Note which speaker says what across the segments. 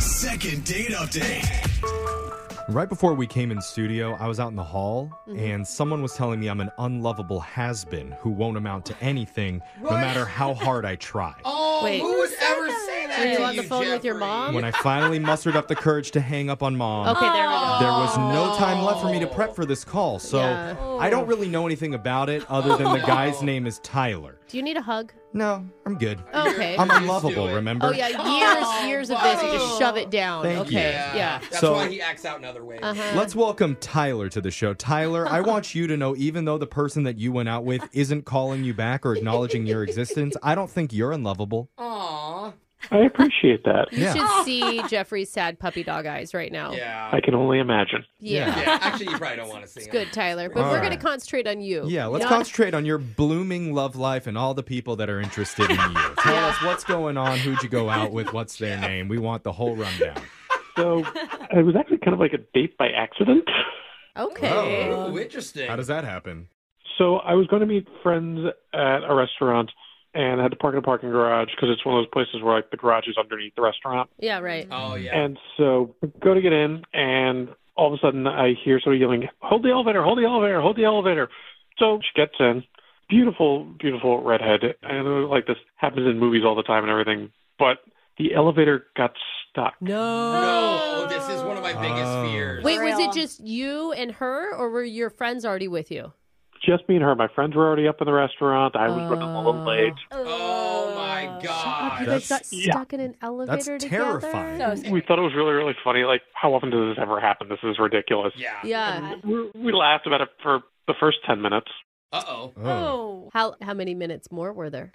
Speaker 1: Second date update.
Speaker 2: Right before we came in studio, I was out in the hall
Speaker 3: Mm-hmm.
Speaker 2: and someone was telling me I'm an unlovable has been who won't amount to anything no
Speaker 4: What?
Speaker 2: matter how hard I try.
Speaker 4: Oh,
Speaker 3: Wait.
Speaker 4: who would ever say that?
Speaker 3: Were you
Speaker 4: to
Speaker 3: on the phone with your
Speaker 4: Jeffrey?
Speaker 3: mom?
Speaker 2: When I finally mustered up the courage to hang up on mom,
Speaker 3: Okay, there we go.
Speaker 2: there was no time left for me to prep for this call. So
Speaker 3: Yeah. Oh.
Speaker 2: I don't really know anything about it other than the guy's name is Tyler.
Speaker 3: Do you need a hug?
Speaker 2: No, I'm good.
Speaker 3: Okay.
Speaker 2: I'm
Speaker 4: Used to
Speaker 2: unlovable,
Speaker 4: it.
Speaker 2: remember?
Speaker 3: Oh yeah, years, years of this. You just shove it down.
Speaker 2: Thank you.
Speaker 3: okay.
Speaker 4: Yeah.
Speaker 3: Yeah. Uh-huh.
Speaker 4: That's
Speaker 2: So-
Speaker 4: why he acts out in other ways.
Speaker 2: Let's welcome Tyler to the show. Tyler, I want you to know even though the person that you went out with isn't calling you back or acknowledging your existence, I don't think you're unlovable.
Speaker 4: Aw.
Speaker 5: I appreciate that.
Speaker 3: You
Speaker 2: Yeah.
Speaker 3: should see Jeffrey's sad puppy dog eyes right now.
Speaker 4: Yeah.
Speaker 5: I can only imagine.
Speaker 3: Yeah.
Speaker 2: Yeah.
Speaker 4: yeah. Actually, you probably don't want to see
Speaker 3: It's
Speaker 4: him.
Speaker 3: good, Tyler. But
Speaker 2: All
Speaker 3: we're
Speaker 2: right.
Speaker 3: gonna concentrate on you.
Speaker 2: Yeah, let's
Speaker 3: Not-
Speaker 2: concentrate on your blooming love life and all the people that are interested in you. Tell us what's going on, who'd you go out with, what's their name. We want the whole rundown.
Speaker 5: So it was actually kind of like a date by accident.
Speaker 3: Okay.
Speaker 4: Ooh, interesting.
Speaker 2: Oh. How does that happen?
Speaker 5: So I was going to meet friends at a restaurant and I had to park in a parking garage because it's one of those places where like the garage is underneath the restaurant.
Speaker 3: Yeah. Right.
Speaker 4: oh, yeah.
Speaker 5: And so go to get in and all of a sudden I hear somebody yelling, hold the elevator, hold the elevator, hold the elevator. So she gets in. Beautiful, beautiful redhead. I know like this happens in movies all the time and everything, but the elevator got stuck.
Speaker 4: no, Oh, this is one of my biggest
Speaker 2: Oh.
Speaker 4: fears.
Speaker 3: Oh. Wait, was
Speaker 6: Real.
Speaker 3: it just you and her, or were your friends already with you?
Speaker 5: Just me and her. My friends were already up in the restaurant. I was running a little late.
Speaker 4: Oh, my
Speaker 3: You
Speaker 4: God.
Speaker 3: guys got
Speaker 2: That's-
Speaker 5: yeah.
Speaker 3: stuck in an elevator together.
Speaker 2: terrifying.
Speaker 6: So
Speaker 5: We thought it was really, really funny. Like, how often does this ever happen? This is ridiculous.
Speaker 4: yeah.
Speaker 3: Yeah.
Speaker 5: We, we laughed about it for the first 10 minutes.
Speaker 4: Uh oh.
Speaker 2: Oh.
Speaker 3: How how many minutes more were there?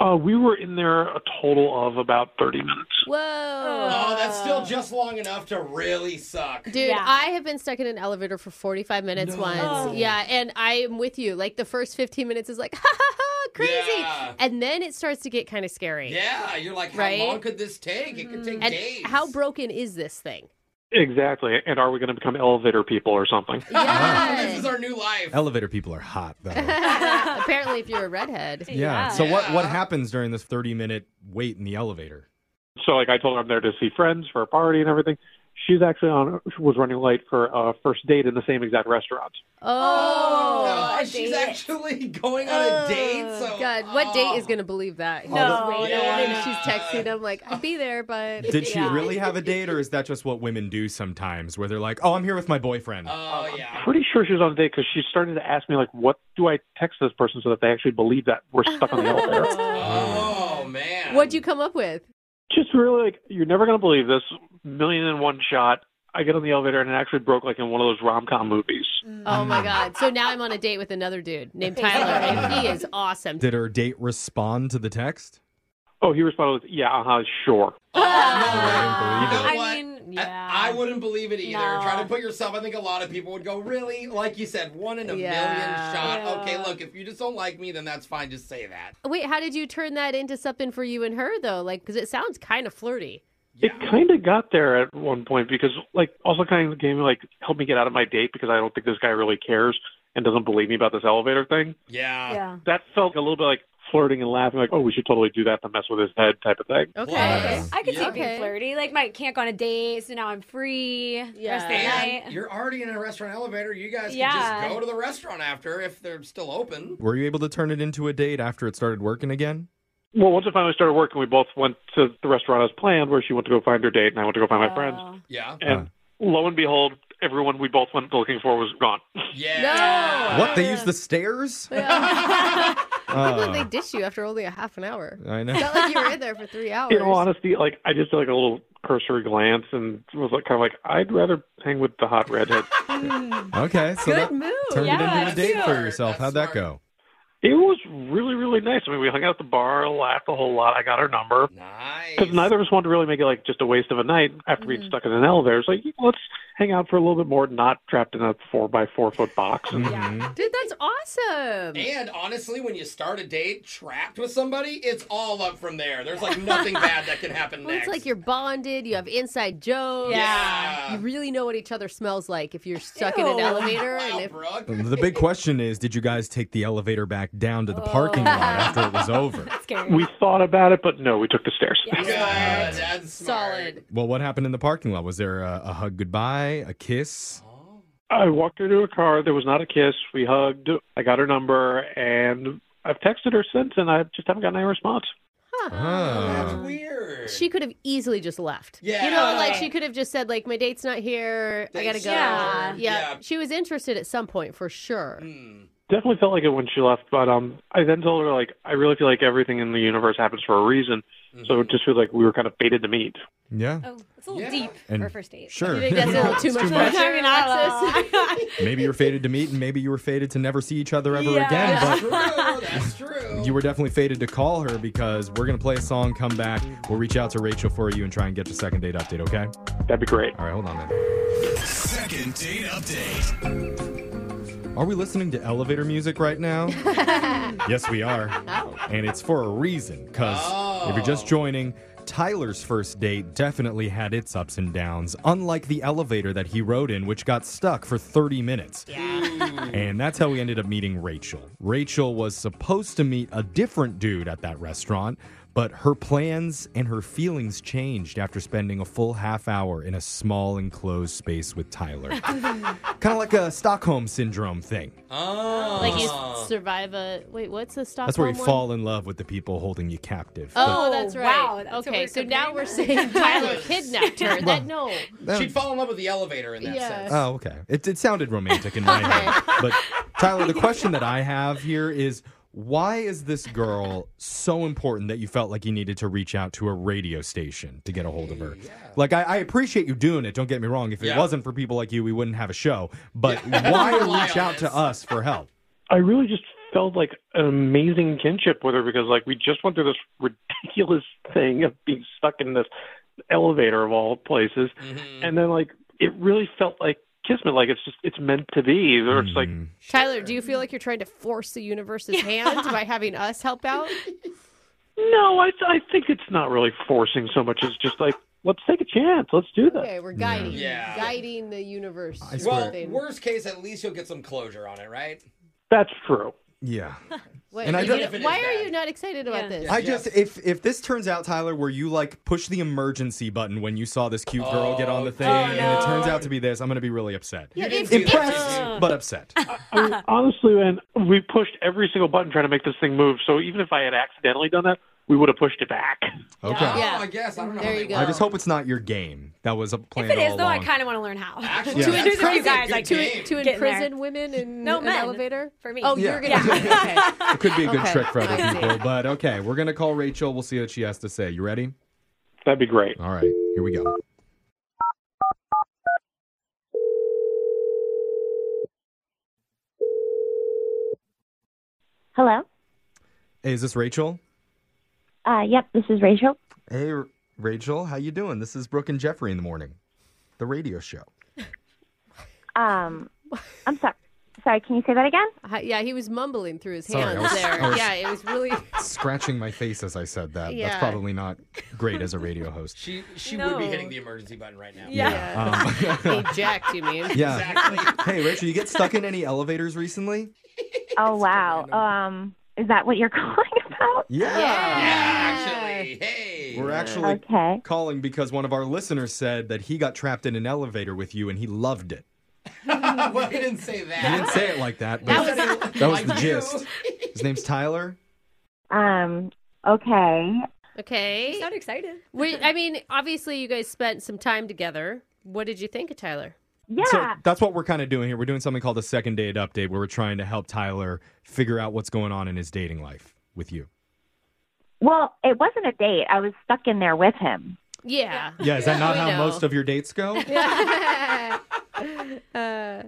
Speaker 5: Uh, we were in there a total of about 30 minutes.
Speaker 3: Whoa.
Speaker 4: Oh, that's
Speaker 3: Uh.
Speaker 4: still just long enough to really suck.
Speaker 3: Dude,
Speaker 6: Yeah.
Speaker 3: I have been stuck in an elevator for 45 minutes
Speaker 4: No.
Speaker 3: once.
Speaker 4: Oh.
Speaker 3: Yeah, and I am with you. Like the first 15 minutes is like, ha ha ha, crazy.
Speaker 4: Yeah.
Speaker 3: And then it starts to get kind of scary.
Speaker 4: Yeah, you're like, how
Speaker 3: Right?
Speaker 4: long could this take? It could take
Speaker 3: And
Speaker 4: days.
Speaker 3: how broken is this thing?
Speaker 5: Exactly. And are we going to become elevator people or something?
Speaker 4: this is our new life.
Speaker 2: Elevator people are hot, though. yeah.
Speaker 3: Apparently, if you're a redhead.
Speaker 2: So, what, what
Speaker 4: Yeah.
Speaker 2: happens during this 30 minute wait in the elevator?
Speaker 5: So, like, I told her I'm there to see friends for a party and everything. She's actually on, she was running late for a first date in the same exact restaurant.
Speaker 3: Oh,
Speaker 4: Oh,
Speaker 6: a
Speaker 4: she's
Speaker 6: date.
Speaker 4: actually going on a date. So
Speaker 3: God, what date is
Speaker 4: Oh.
Speaker 3: going to believe that?
Speaker 6: No,
Speaker 3: Wait,
Speaker 4: yeah.
Speaker 3: and if she's texting him, like, I'd be there, but.
Speaker 2: Did she
Speaker 6: Yeah.
Speaker 2: really have a date, or is that just what women do sometimes where they're like, oh, I'm here with my boyfriend?
Speaker 4: Oh yeah.
Speaker 5: Pretty sure she was on a date because she started to ask me, like, what do I text this person so that they actually believe that we're stuck on the elevator?
Speaker 4: Oh man.
Speaker 3: What'd you come up with?
Speaker 5: just really like you're never gonna believe this million in one shot. I get on the elevator and it actually broke like in one of those rom com movies.
Speaker 3: Oh
Speaker 4: Mm.
Speaker 3: my God. So now I'm on a date with another dude named Tyler, and he is awesome.
Speaker 2: Did her date respond to the text?
Speaker 5: Oh, he responded with, "Yeah, uh huh, sure."
Speaker 4: Oh,
Speaker 2: I didn't believe it.
Speaker 4: You know
Speaker 6: I
Speaker 4: what?
Speaker 6: mean,
Speaker 4: I-
Speaker 6: yeah.
Speaker 4: I, wouldn't believe it either.
Speaker 6: No.
Speaker 4: Trying to put yourself, I think a lot of people would go, really? Like you said, one in a
Speaker 3: Yeah.
Speaker 4: million shot.
Speaker 6: Yeah.
Speaker 4: Okay, look, if you just don't like me, then that's fine. Just say that.
Speaker 3: Wait, how did you turn that into something for you and her though? Like, because it sounds kind of flirty.
Speaker 5: It kind of got there at one point because like also kind of gave me like helped me get out of my date because I don't think this guy really cares and doesn't believe me about this elevator thing.
Speaker 4: Yeah.
Speaker 6: Yeah.
Speaker 5: That felt a little bit like flirting and laughing, like, "Oh, we should totally do that to mess with his head," type of thing.
Speaker 3: Okay.
Speaker 4: Okay.
Speaker 6: I could see
Speaker 4: Yeah.
Speaker 6: it being
Speaker 3: Okay.
Speaker 6: flirty. Like, my can't go on a date, so now I'm free.
Speaker 3: Yeah.
Speaker 6: Rest of the
Speaker 4: And
Speaker 6: night.
Speaker 4: you're already in a restaurant elevator. You guys can
Speaker 6: Yeah.
Speaker 4: just go to the restaurant after if they're still open.
Speaker 2: Were you able to turn it into a date after it started working again?
Speaker 5: Well, once I finally started working, we both went to the restaurant as planned, where she went to go find her date and I went to go find my friends.
Speaker 6: Oh.
Speaker 4: Yeah.
Speaker 5: And lo and behold, everyone we both went looking for was gone.
Speaker 4: Yeah.
Speaker 2: What? They used the stairs? Ah,
Speaker 3: I can't believe they dish you after only a half an hour.
Speaker 2: I
Speaker 3: It's
Speaker 2: know.
Speaker 3: not like you were in there for three hours.
Speaker 5: In all honesty, like I just did like a little cursory glance and was like kind of like I'd rather hang with the hot redhead.
Speaker 2: Okay, so that
Speaker 3: move.
Speaker 2: turned
Speaker 6: Yeah,
Speaker 2: it into a date for
Speaker 4: smart.
Speaker 2: yourself.
Speaker 4: That's
Speaker 2: How'd that go?
Speaker 4: smart.
Speaker 5: it was really really nice. I mean, we hung out at the bar, laughed a whole lot. I got her number
Speaker 4: Nice.
Speaker 5: because neither of us wanted to really make it like just a waste of a night after being stuck in an elevator. It's like let's hang out for a little bit more, not trapped in a four by four foot box. And
Speaker 4: Mm-hmm.
Speaker 2: Mhm.
Speaker 3: Dude, that's awesome.
Speaker 4: And honestly, when you start a date trapped with somebody, it's all up from there. There's like nothing bad that can happen
Speaker 3: Well,
Speaker 4: next.
Speaker 3: it's like you're bonded. You have inside jokes.
Speaker 4: Yeah.
Speaker 3: You really know what each other smells like if you're stuck in an
Speaker 6: Ew.
Speaker 3: elevator.
Speaker 4: wow,
Speaker 3: and if
Speaker 4: Brooke.
Speaker 2: The big question is Did you guys take the elevator back back down to the parking lot after it was over.
Speaker 6: Scary.
Speaker 5: We thought about it, but no, we took the stairs.
Speaker 4: Good. That's smart.
Speaker 3: Solid.
Speaker 2: Well, what happened in the parking lot? Was there a, a hug goodbye, a kiss?
Speaker 5: I walked her to her car. There was not a kiss. We hugged. I got her number, and I've texted her since, and I just haven't gotten any response.
Speaker 4: That's
Speaker 2: Ah.
Speaker 4: weird.
Speaker 3: She could have easily just left.
Speaker 4: Yeah.
Speaker 3: You know, like
Speaker 6: Right.
Speaker 3: she could have just said, like, my date's not here. I gotta
Speaker 4: Date's
Speaker 3: go.
Speaker 6: not
Speaker 4: here.
Speaker 3: Yeah.
Speaker 4: Yeah.
Speaker 3: She was interested at some point for sure.
Speaker 4: Hmm.
Speaker 5: Definitely felt like it when she left, but um, I then told her like I really feel like everything in the universe happens for a reason. So it just feels like we were kind of fated to meet.
Speaker 2: Yeah.
Speaker 6: Oh, it's a little
Speaker 4: Yeah.
Speaker 6: deep
Speaker 2: And-
Speaker 6: for a first date.
Speaker 2: Sure.
Speaker 3: You think that's a little too much?
Speaker 2: It's
Speaker 3: pressure,
Speaker 6: I mean, I
Speaker 3: Alexis?
Speaker 6: don't know.
Speaker 2: Maybe you were fated to meet, and maybe you were fated to never see each other ever
Speaker 6: Yeah.
Speaker 2: again. But
Speaker 4: That's true. That's true.
Speaker 2: You were definitely fated to call her because we're going to play a song, come back. We'll reach out to Rachel for you and try and get your second date update, okay?
Speaker 5: That'd be great.
Speaker 2: All right, hold on then.
Speaker 1: Second date update.
Speaker 2: Are we listening to elevator music right now? yes, we are. And it's for a reason because if you're just joining, Tyler's first date definitely had its ups and downs, unlike the elevator that he rode in, which got stuck for 30 minutes. And that's how we ended up meeting Rachel. Rachel was supposed to meet a different dude at that restaurant, but her plans and her feelings changed after spending a full half hour in a small enclosed space with Tyler. kind of like a Stockholm syndrome thing.
Speaker 4: Oh.
Speaker 3: Like you survive a wait. What's the Stockholm?
Speaker 2: That's where you
Speaker 3: one?
Speaker 2: fall in love with the people holding you captive.
Speaker 3: Oh,
Speaker 6: Oh,
Speaker 3: that's right.
Speaker 6: wow, that's what
Speaker 3: okay,
Speaker 6: we're
Speaker 3: so now
Speaker 6: comparing
Speaker 3: we're
Speaker 6: them.
Speaker 3: saying Tyler kidnapped her. That no.
Speaker 2: That-
Speaker 4: She'd fall in love with the elevator in that
Speaker 3: Yeah.
Speaker 4: sense.
Speaker 2: Oh, okay. It, it sounded romantic in my head. But Tyler, the question that I have here is why is this girl so important that you felt like you needed to reach out to a radio station to get a hold of her? Like, I, I appreciate you doing it. Don't get me wrong. If it
Speaker 4: Yeah.
Speaker 2: wasn't for people like you, we wouldn't have a show. But why
Speaker 4: Rely
Speaker 2: reach
Speaker 4: on
Speaker 2: out to
Speaker 4: us.
Speaker 2: us for help?
Speaker 5: I really just felt like an amazing kinship with her because like we just went through this ridiculous thing of being stuck in this elevator of all places, and then like it really felt like kismet. Like it's just it's meant to be. Or it's like
Speaker 3: Tyler, do you feel like you're trying to force the universe's hand by having us help out?
Speaker 5: no, I I think it's not really forcing so much as just like let's take a chance. Let's do this.
Speaker 3: Okay, we're guiding,
Speaker 4: Yeah.
Speaker 3: guiding the universe. or
Speaker 4: Well,
Speaker 3: something.
Speaker 4: worst case, at least you'll get some closure on it, right?
Speaker 5: That's true.
Speaker 2: Yeah.
Speaker 3: Wait,
Speaker 2: and I
Speaker 3: you
Speaker 2: don't-
Speaker 3: don't-
Speaker 4: If it is
Speaker 3: why are
Speaker 4: bad.
Speaker 3: you not excited about
Speaker 6: Yeah.
Speaker 3: this?
Speaker 2: I just if if this turns out, Tyler, where you like push the emergency button when you saw this cute girl get on the thing, and it turns out to be this, I'm gonna be really upset.
Speaker 3: Yeah,
Speaker 4: didn't
Speaker 3: if-
Speaker 4: see that,
Speaker 2: Impressed,
Speaker 4: did you?
Speaker 2: but upset.
Speaker 5: I mean, honestly, man, we pushed every single button trying to make this thing move. So even if I had accidentally done that, we would have pushed it back.
Speaker 2: Okay.
Speaker 4: Oh,
Speaker 3: Yeah.
Speaker 4: I guess. I don't know.
Speaker 3: There
Speaker 4: how
Speaker 3: you
Speaker 4: they
Speaker 3: go.
Speaker 2: I
Speaker 4: work.
Speaker 2: just hope it's not your game. That was a plan
Speaker 6: If it
Speaker 2: all
Speaker 6: is, though, I
Speaker 2: along.
Speaker 6: kind of want to learn how.
Speaker 4: Actually,
Speaker 2: To
Speaker 6: There's
Speaker 4: that's
Speaker 6: a few
Speaker 4: pretty
Speaker 6: guys
Speaker 4: good
Speaker 6: like
Speaker 4: game.
Speaker 3: to, to
Speaker 6: Getting
Speaker 3: imprison
Speaker 6: there.
Speaker 3: women in
Speaker 6: No,
Speaker 3: an
Speaker 6: men.
Speaker 3: elevator?
Speaker 6: For me.
Speaker 3: Oh,
Speaker 2: Yeah.
Speaker 3: you're gonna. Yeah. Okay.
Speaker 2: it could be a good
Speaker 3: Okay.
Speaker 2: trick for other
Speaker 3: I see.
Speaker 2: people. But okay, we're gonna call Rachel. We'll see what she has to say. You ready?
Speaker 5: That'd be great.
Speaker 2: All right, here we go.
Speaker 7: Hello.
Speaker 2: Hey, is this Rachel?
Speaker 7: Uh, yep, this is Rachel.
Speaker 2: Hey, R- Rachel, how you doing? This is Brooke and Jeffrey in the morning, the radio show.
Speaker 7: Um, I'm sorry. Sorry, can you say that again?
Speaker 3: Hi- Yeah, he was mumbling through his
Speaker 2: Sorry, I
Speaker 3: hands
Speaker 2: was-
Speaker 3: there.
Speaker 2: I was-
Speaker 3: yeah, it was really.
Speaker 2: Scratching my face as I said that. That's
Speaker 3: Yeah.
Speaker 2: probably not great as a radio host.
Speaker 4: She she would
Speaker 6: No.
Speaker 4: be hitting the emergency button right now.
Speaker 2: Yeah. Um,
Speaker 3: Eject, you mean?
Speaker 2: yeah.
Speaker 4: Exactly.
Speaker 2: Hey, Rachel, you get stuck in any elevators recently?
Speaker 7: Oh wow. Um, is that what you're calling about?
Speaker 4: Actually, hey.
Speaker 2: We're actually
Speaker 7: Okay.
Speaker 2: calling because one of our listeners said that he got trapped in an elevator with you and he loved it.
Speaker 4: well, he didn't say that.
Speaker 2: He didn't say it like that, but that
Speaker 4: That
Speaker 2: was, the gist. His name's Tyler.
Speaker 7: Um. Okay.
Speaker 3: Okay.
Speaker 6: Not excited.
Speaker 3: We, I mean, obviously, you guys spent some time together. What did you think of Tyler?
Speaker 7: Yeah.
Speaker 2: So that's what we're kind of doing here. We're doing something called a second date update where we're trying to help Tyler figure out what's going on in his dating life with you.
Speaker 7: well, it wasn't a date. I was stuck in there with him.
Speaker 3: Yeah.
Speaker 2: Yeah, is that not
Speaker 3: we
Speaker 2: how
Speaker 3: know.
Speaker 2: most of your dates go?
Speaker 3: uh,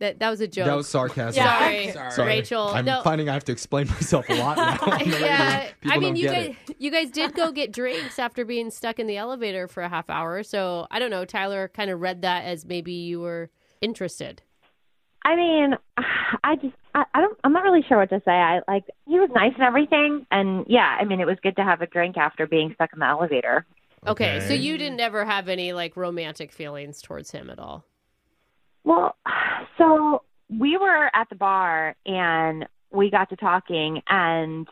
Speaker 3: that that was a joke.
Speaker 2: That was sarcasm.
Speaker 3: Sorry.
Speaker 4: Sorry.
Speaker 2: Sorry.
Speaker 3: Rachel,
Speaker 2: I'm
Speaker 3: no.
Speaker 2: finding I have to explain myself a lot now. on the radio.
Speaker 3: Yeah,
Speaker 2: People
Speaker 3: I mean,
Speaker 2: don't
Speaker 3: you
Speaker 2: get it.
Speaker 3: guys, you guys did go get drinks after being stuck in the elevator for a half hour. So I don't know. Tyler kind of read that as maybe you were interested.
Speaker 7: I mean, I just, I, I don't, I'm not really sure what to say. I like, he was nice and everything, and yeah, I mean, it was good to have a drink after being stuck in the elevator.
Speaker 3: Okay, so
Speaker 2: Okay.
Speaker 3: you didn't ever have any like romantic feelings towards him at all.
Speaker 7: Well, so we were at the bar and we got to talking and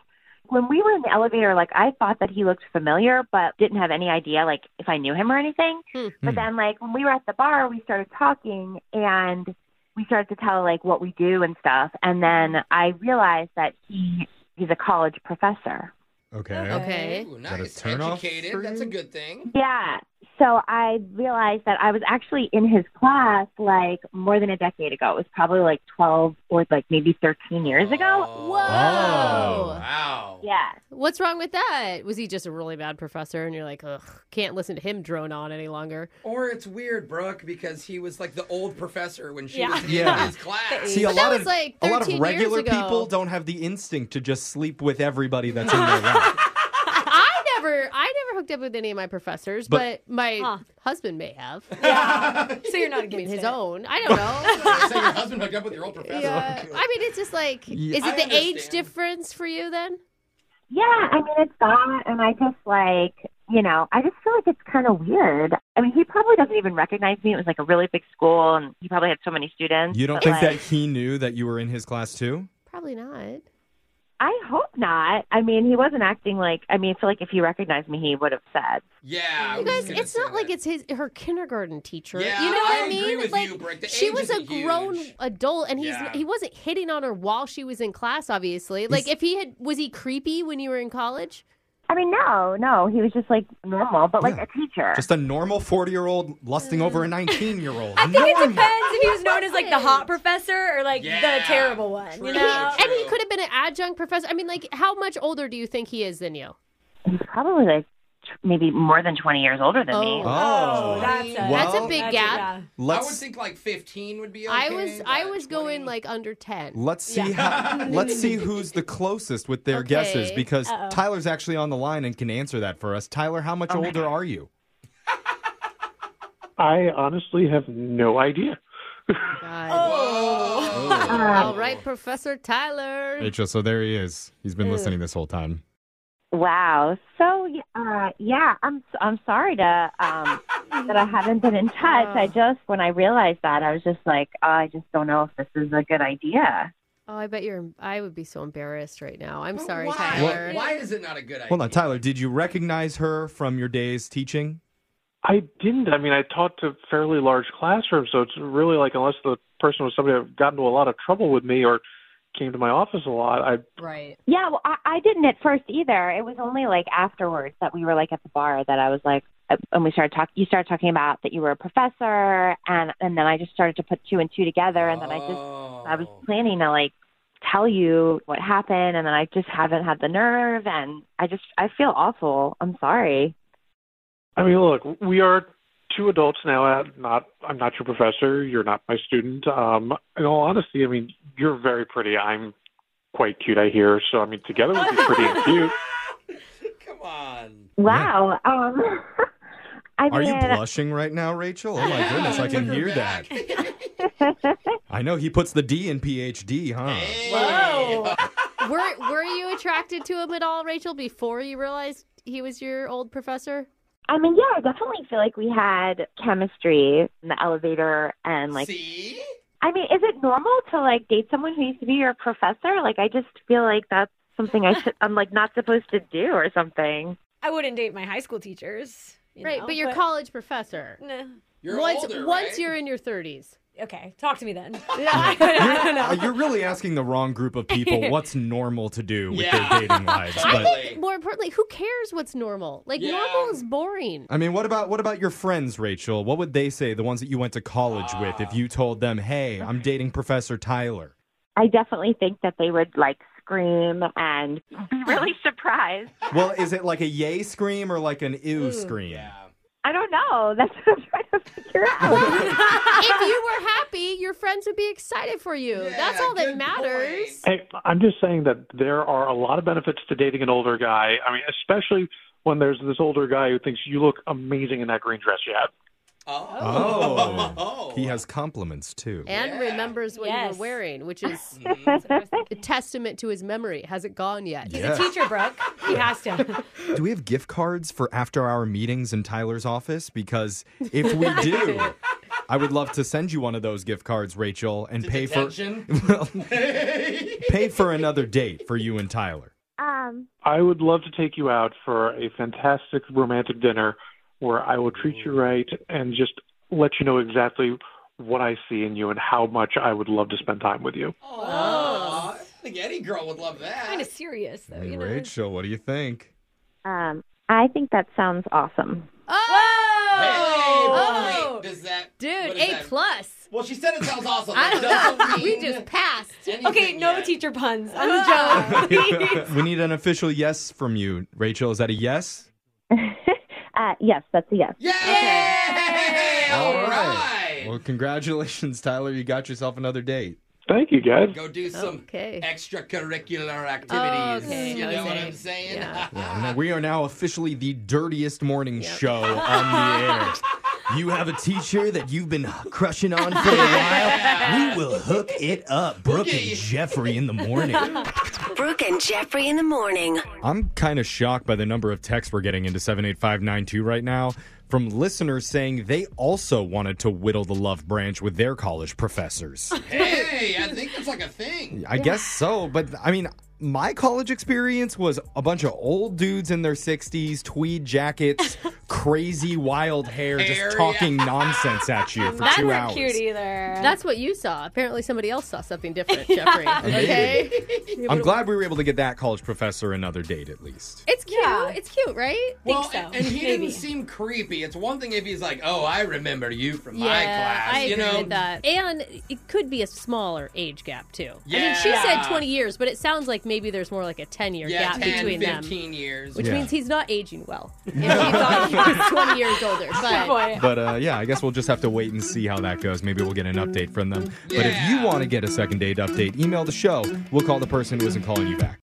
Speaker 7: when we were in the elevator, like I thought that he looked familiar, but didn't have any idea like if I knew him or anything.
Speaker 3: Hmm.
Speaker 7: But then like when we were at the bar, we started talking and we started to tell like what we do and stuff. And then I realized that he he's a college professor.
Speaker 2: Okay.
Speaker 3: Okay.
Speaker 4: Ooh,
Speaker 2: that a
Speaker 4: nice.
Speaker 2: turn-off for
Speaker 4: Educated. That's a
Speaker 2: you?
Speaker 4: good thing.
Speaker 7: Yeah. So I realized that I was actually in his class like more than a decade ago. It was probably like 12 or like maybe 13 years ago.
Speaker 4: Oh,
Speaker 2: Oh.
Speaker 3: Whoa.
Speaker 4: Wow.
Speaker 7: Yeah.
Speaker 3: What's wrong with that? Was he just a really bad professor and you're like, ugh, can't listen to him drone on any longer?
Speaker 4: Or it's weird, Brooke, because he was like the old professor when she
Speaker 6: Yeah.
Speaker 4: was in
Speaker 2: Yeah.
Speaker 4: his class.
Speaker 2: See, a
Speaker 3: But that
Speaker 2: lot
Speaker 3: was
Speaker 2: of
Speaker 3: like
Speaker 2: a lot of
Speaker 3: 13 years
Speaker 2: regular
Speaker 3: ago.
Speaker 2: people don't have the instinct to just sleep with everybody that's in their life.
Speaker 3: I never I never hooked up with any of my professors, but,
Speaker 2: But-
Speaker 3: my
Speaker 6: Huh.
Speaker 3: husband may have.
Speaker 6: So you're not
Speaker 3: I mean
Speaker 6: against
Speaker 3: his
Speaker 6: it.
Speaker 3: own. I don't know.
Speaker 4: so your husband hooked up with your old professor.
Speaker 3: yeah. I mean it's just like
Speaker 2: Yeah.
Speaker 3: is
Speaker 4: I
Speaker 3: it the age
Speaker 4: understand.
Speaker 3: difference for you then?
Speaker 7: Yeah, I mean it's that, and I just like you know, I just feel like it's kind of weird. I mean, he probably doesn't even recognize me. It was like a really big school, and he probably had so many students.
Speaker 2: You don't
Speaker 7: but,
Speaker 2: think that
Speaker 7: like,
Speaker 2: he knew that you were in his class too?
Speaker 3: Probably not.
Speaker 7: I hope not. I mean, he wasn't acting like. I mean, I feel like if he recognized me, he would have said.
Speaker 4: Yeah. I
Speaker 3: You
Speaker 4: was
Speaker 3: guys,
Speaker 4: gonna
Speaker 3: it's
Speaker 4: say
Speaker 3: not like
Speaker 4: that.
Speaker 3: it's his her kindergarten teacher.
Speaker 4: Yeah,
Speaker 3: you know what I,
Speaker 4: I agree
Speaker 3: mean?
Speaker 4: with
Speaker 3: like
Speaker 4: you, Brooke. The
Speaker 3: she
Speaker 4: age
Speaker 3: was a
Speaker 4: isn't
Speaker 3: grown
Speaker 4: huge.
Speaker 3: adult, and he's
Speaker 4: Yeah.
Speaker 3: he wasn't hitting on her while she was in class. Obviously, like if he had was he creepy when you were in college?
Speaker 7: I mean, no, no, he was just like normal, but like
Speaker 2: Yeah.
Speaker 7: a teacher.
Speaker 2: Just a normal 40 year old lusting
Speaker 3: Mm.
Speaker 2: over a 19 year old.
Speaker 6: I think it depends if he was known as like the hot professor or like
Speaker 4: Yeah.
Speaker 6: the terrible one.
Speaker 4: True,
Speaker 6: You know?
Speaker 4: true.
Speaker 3: And he could have been an adjunct professor. I mean, like how much older do you think he is than you?
Speaker 7: He's probably like tr- maybe more than twenty years older than me.
Speaker 3: Oh.
Speaker 6: Oh,
Speaker 2: Oh,
Speaker 6: that's a,
Speaker 2: That's a
Speaker 3: big
Speaker 6: that's
Speaker 3: gap.
Speaker 4: I would
Speaker 2: let's
Speaker 4: think like 15 would be okay.
Speaker 3: I was I
Speaker 4: but
Speaker 3: was
Speaker 4: 20
Speaker 3: going like under ten.
Speaker 2: let's see how, let's see who's the closest with their
Speaker 3: Okay.
Speaker 2: guesses because
Speaker 6: Uh-oh.
Speaker 2: Tyler's actually on the line and can answer that for us. Tyler, how
Speaker 3: Oh
Speaker 2: much older are you?
Speaker 5: I honestly have no idea.
Speaker 3: God. All right, Professor Tyler.
Speaker 2: Rachel, so there he is. He's been listening this whole time.
Speaker 7: Wow. So uh, yeah, I'm I'm sorry to um, that I haven't been in touch. I just when I realized that, I was just like, oh, I just don't know if this is a good idea.
Speaker 3: Oh, I bet you're. I would be so embarrassed right now. I'm
Speaker 4: But
Speaker 3: sorry,
Speaker 4: why?
Speaker 3: Tyler.
Speaker 4: Why is it not a good idea?
Speaker 2: Hold on, Tyler, did you recognize her from your days teaching?
Speaker 5: I didn't. I mean, I taught to fairly large classrooms, so it's really like unless the person was somebody that got into a lot of trouble with me or came to my office a lot, I
Speaker 6: Right.
Speaker 7: Yeah, well, I, I didn't at first either. It was only like afterwards that we were like at the bar that I was like, uh, and we started talking. You started talking about that you were a professor, and and then I just started to put two and two together, and then I just I was planning to like tell you what happened, and then I just haven't had the nerve, and I just I feel awful. I'm sorry.
Speaker 5: I mean, look, we are two adults now. I'm not, I'm not your professor. You're not my student. Um, in all honesty, I mean, you're very pretty. I'm quite cute, I hear. So, I mean, together we'd be pretty and cute.
Speaker 4: Oh. Come on.
Speaker 7: Wow. Um, I
Speaker 2: Are
Speaker 7: mean,
Speaker 2: you blushing right now, Rachel? Oh my goodness, I can
Speaker 4: Took her
Speaker 2: hear that.
Speaker 4: back.
Speaker 2: I know he puts the D in PhD, huh?
Speaker 4: Whoa.
Speaker 3: were were you attracted to him at all, Rachel, before you realized he was your old professor?
Speaker 7: I mean, yeah, I definitely feel like we had chemistry in the elevator, and like,
Speaker 4: See?
Speaker 7: I mean, is it normal to like date someone who used to be your professor? Like, I just feel like that's something I should, I'm like not supposed to do or something.
Speaker 6: I wouldn't date my high school teachers. you
Speaker 3: right,
Speaker 6: know,
Speaker 3: but your college professor.
Speaker 6: Nah.
Speaker 4: You're
Speaker 3: once
Speaker 4: older,
Speaker 3: once
Speaker 4: right?
Speaker 3: you're in your thirties.
Speaker 6: Okay, talk to me then.
Speaker 2: Uh, you're really asking the wrong group of people what's normal to do with
Speaker 4: Yeah.
Speaker 2: their dating lives.
Speaker 4: I
Speaker 2: But
Speaker 4: think-
Speaker 3: More importantly, who cares what's normal? Like
Speaker 4: Yeah.
Speaker 3: normal is boring.
Speaker 2: I mean, what about what about your friends, Rachel? What would they say, the ones that you went to college with, if you told them, "Hey, I'm dating Professor Tyler"?
Speaker 7: I definitely think that they would like scream and be really surprised.
Speaker 2: Well, is it like a yay scream or like an ew scream?
Speaker 4: yeah.
Speaker 7: I don't know. That's what I'm trying to figure out.
Speaker 3: if you were happy, your friends would be excited for you. That's
Speaker 4: Yeah,
Speaker 3: all that
Speaker 4: good
Speaker 3: matters.
Speaker 5: Hey, I'm just saying that there are a lot of benefits to dating an older guy. I mean, especially when there's this older guy who thinks you look amazing in that green dress you have.
Speaker 4: Oh.
Speaker 2: Oh.
Speaker 4: Oh.
Speaker 2: he has compliments too.
Speaker 3: And
Speaker 4: Yeah.
Speaker 3: remembers what you
Speaker 6: Yes.
Speaker 3: were wearing, which is a testament to his memory. Hasn't gone yet.
Speaker 2: Yeah.
Speaker 6: Teacher Brooke, he has to.
Speaker 2: Do we have gift cards for after hour meetings in Tyler's office? Because if we do, I would love to send you one of those gift cards, Rachel, and pay for
Speaker 4: Detention?
Speaker 2: well, pay for another date for you and Tyler.
Speaker 8: Um,
Speaker 5: I would love to take you out for a fantastic romantic dinner where I will treat you right and just let you know exactly what I see in you and how much I would love to spend time with you.
Speaker 4: Aw, I think any girl would love that.
Speaker 6: Kind of serious though,
Speaker 2: Hey,
Speaker 6: you know.
Speaker 2: Rachel, what do you think?
Speaker 8: um, I think that sounds awesome.
Speaker 3: Oh,
Speaker 4: Hey,
Speaker 3: Oh!
Speaker 4: wait, does that
Speaker 3: dude,
Speaker 4: what is
Speaker 3: A
Speaker 4: that?
Speaker 3: plus.
Speaker 4: Well, she said it sounds awesome.
Speaker 3: I
Speaker 4: That
Speaker 3: don't know.
Speaker 4: doesn't
Speaker 3: We
Speaker 4: mean
Speaker 3: just passed.
Speaker 4: anything
Speaker 6: Okay, no
Speaker 4: yet.
Speaker 6: teacher puns on the joke.
Speaker 2: we need an official yes from you, Rachel. Is that a yes?
Speaker 8: Uh, yes, that's a yes.
Speaker 4: Yay! All right.
Speaker 2: Well, congratulations, Tyler. You got yourself another date.
Speaker 5: Thank you, guys.
Speaker 4: Go do some
Speaker 3: Okay.
Speaker 4: extracurricular activities.
Speaker 3: Okay,
Speaker 4: you know what
Speaker 3: Jose.
Speaker 4: I'm saying?
Speaker 3: Yeah.
Speaker 2: And we are now officially the dirtiest morning show on the air. You have a teacher that you've been crushing on for a while. We will hook it up, Brooke and
Speaker 4: Okay.
Speaker 2: Jeffrey in the morning.
Speaker 9: Brooke and Jeffrey in the morning.
Speaker 2: I'm kind of shocked by the number of texts we're getting into 78592 right now from listeners saying they also wanted to whittle the love branch with their college professors.
Speaker 4: hey, I think that's like a thing.
Speaker 2: I guess so, but I mean, my college experience was a bunch of old dudes in their 60s, tweed jackets, crazy wild hair,
Speaker 4: Hair,
Speaker 2: just talking nonsense at you for
Speaker 6: Mine
Speaker 2: two
Speaker 6: weren't
Speaker 2: hours.
Speaker 6: cute either.
Speaker 3: That's what you saw. Apparently, somebody else saw something different, Jeffrey. okay.
Speaker 2: I'm glad we were able to get that college professor another date at least.
Speaker 3: It's cute.
Speaker 6: Yeah.
Speaker 3: It's cute, right?
Speaker 4: Well,
Speaker 6: so,
Speaker 4: and, and he
Speaker 6: maybe.
Speaker 4: didn't seem creepy. It's one thing if he's like, "Oh, I remember you from
Speaker 3: Yeah,
Speaker 4: my class,"
Speaker 3: I agree
Speaker 4: you know.
Speaker 3: with that. And it could be a smaller age gap too. I mean, she
Speaker 4: Yeah.
Speaker 3: said 20 years, but it sounds like maybe there's more like a 10 year
Speaker 4: Yeah,
Speaker 3: gap
Speaker 4: 10,
Speaker 3: between them,
Speaker 4: 15 years.
Speaker 3: which
Speaker 2: Yeah.
Speaker 3: means he's not aging well. If she thought he was 20 years older,
Speaker 6: Good
Speaker 3: but
Speaker 6: point.
Speaker 2: But uh, yeah, I guess we'll just have to wait and see how that goes. Maybe we'll get an update from them. But if you
Speaker 4: Yeah.
Speaker 2: want to get a second date update, email the show. We'll call the person who isn't calling you back.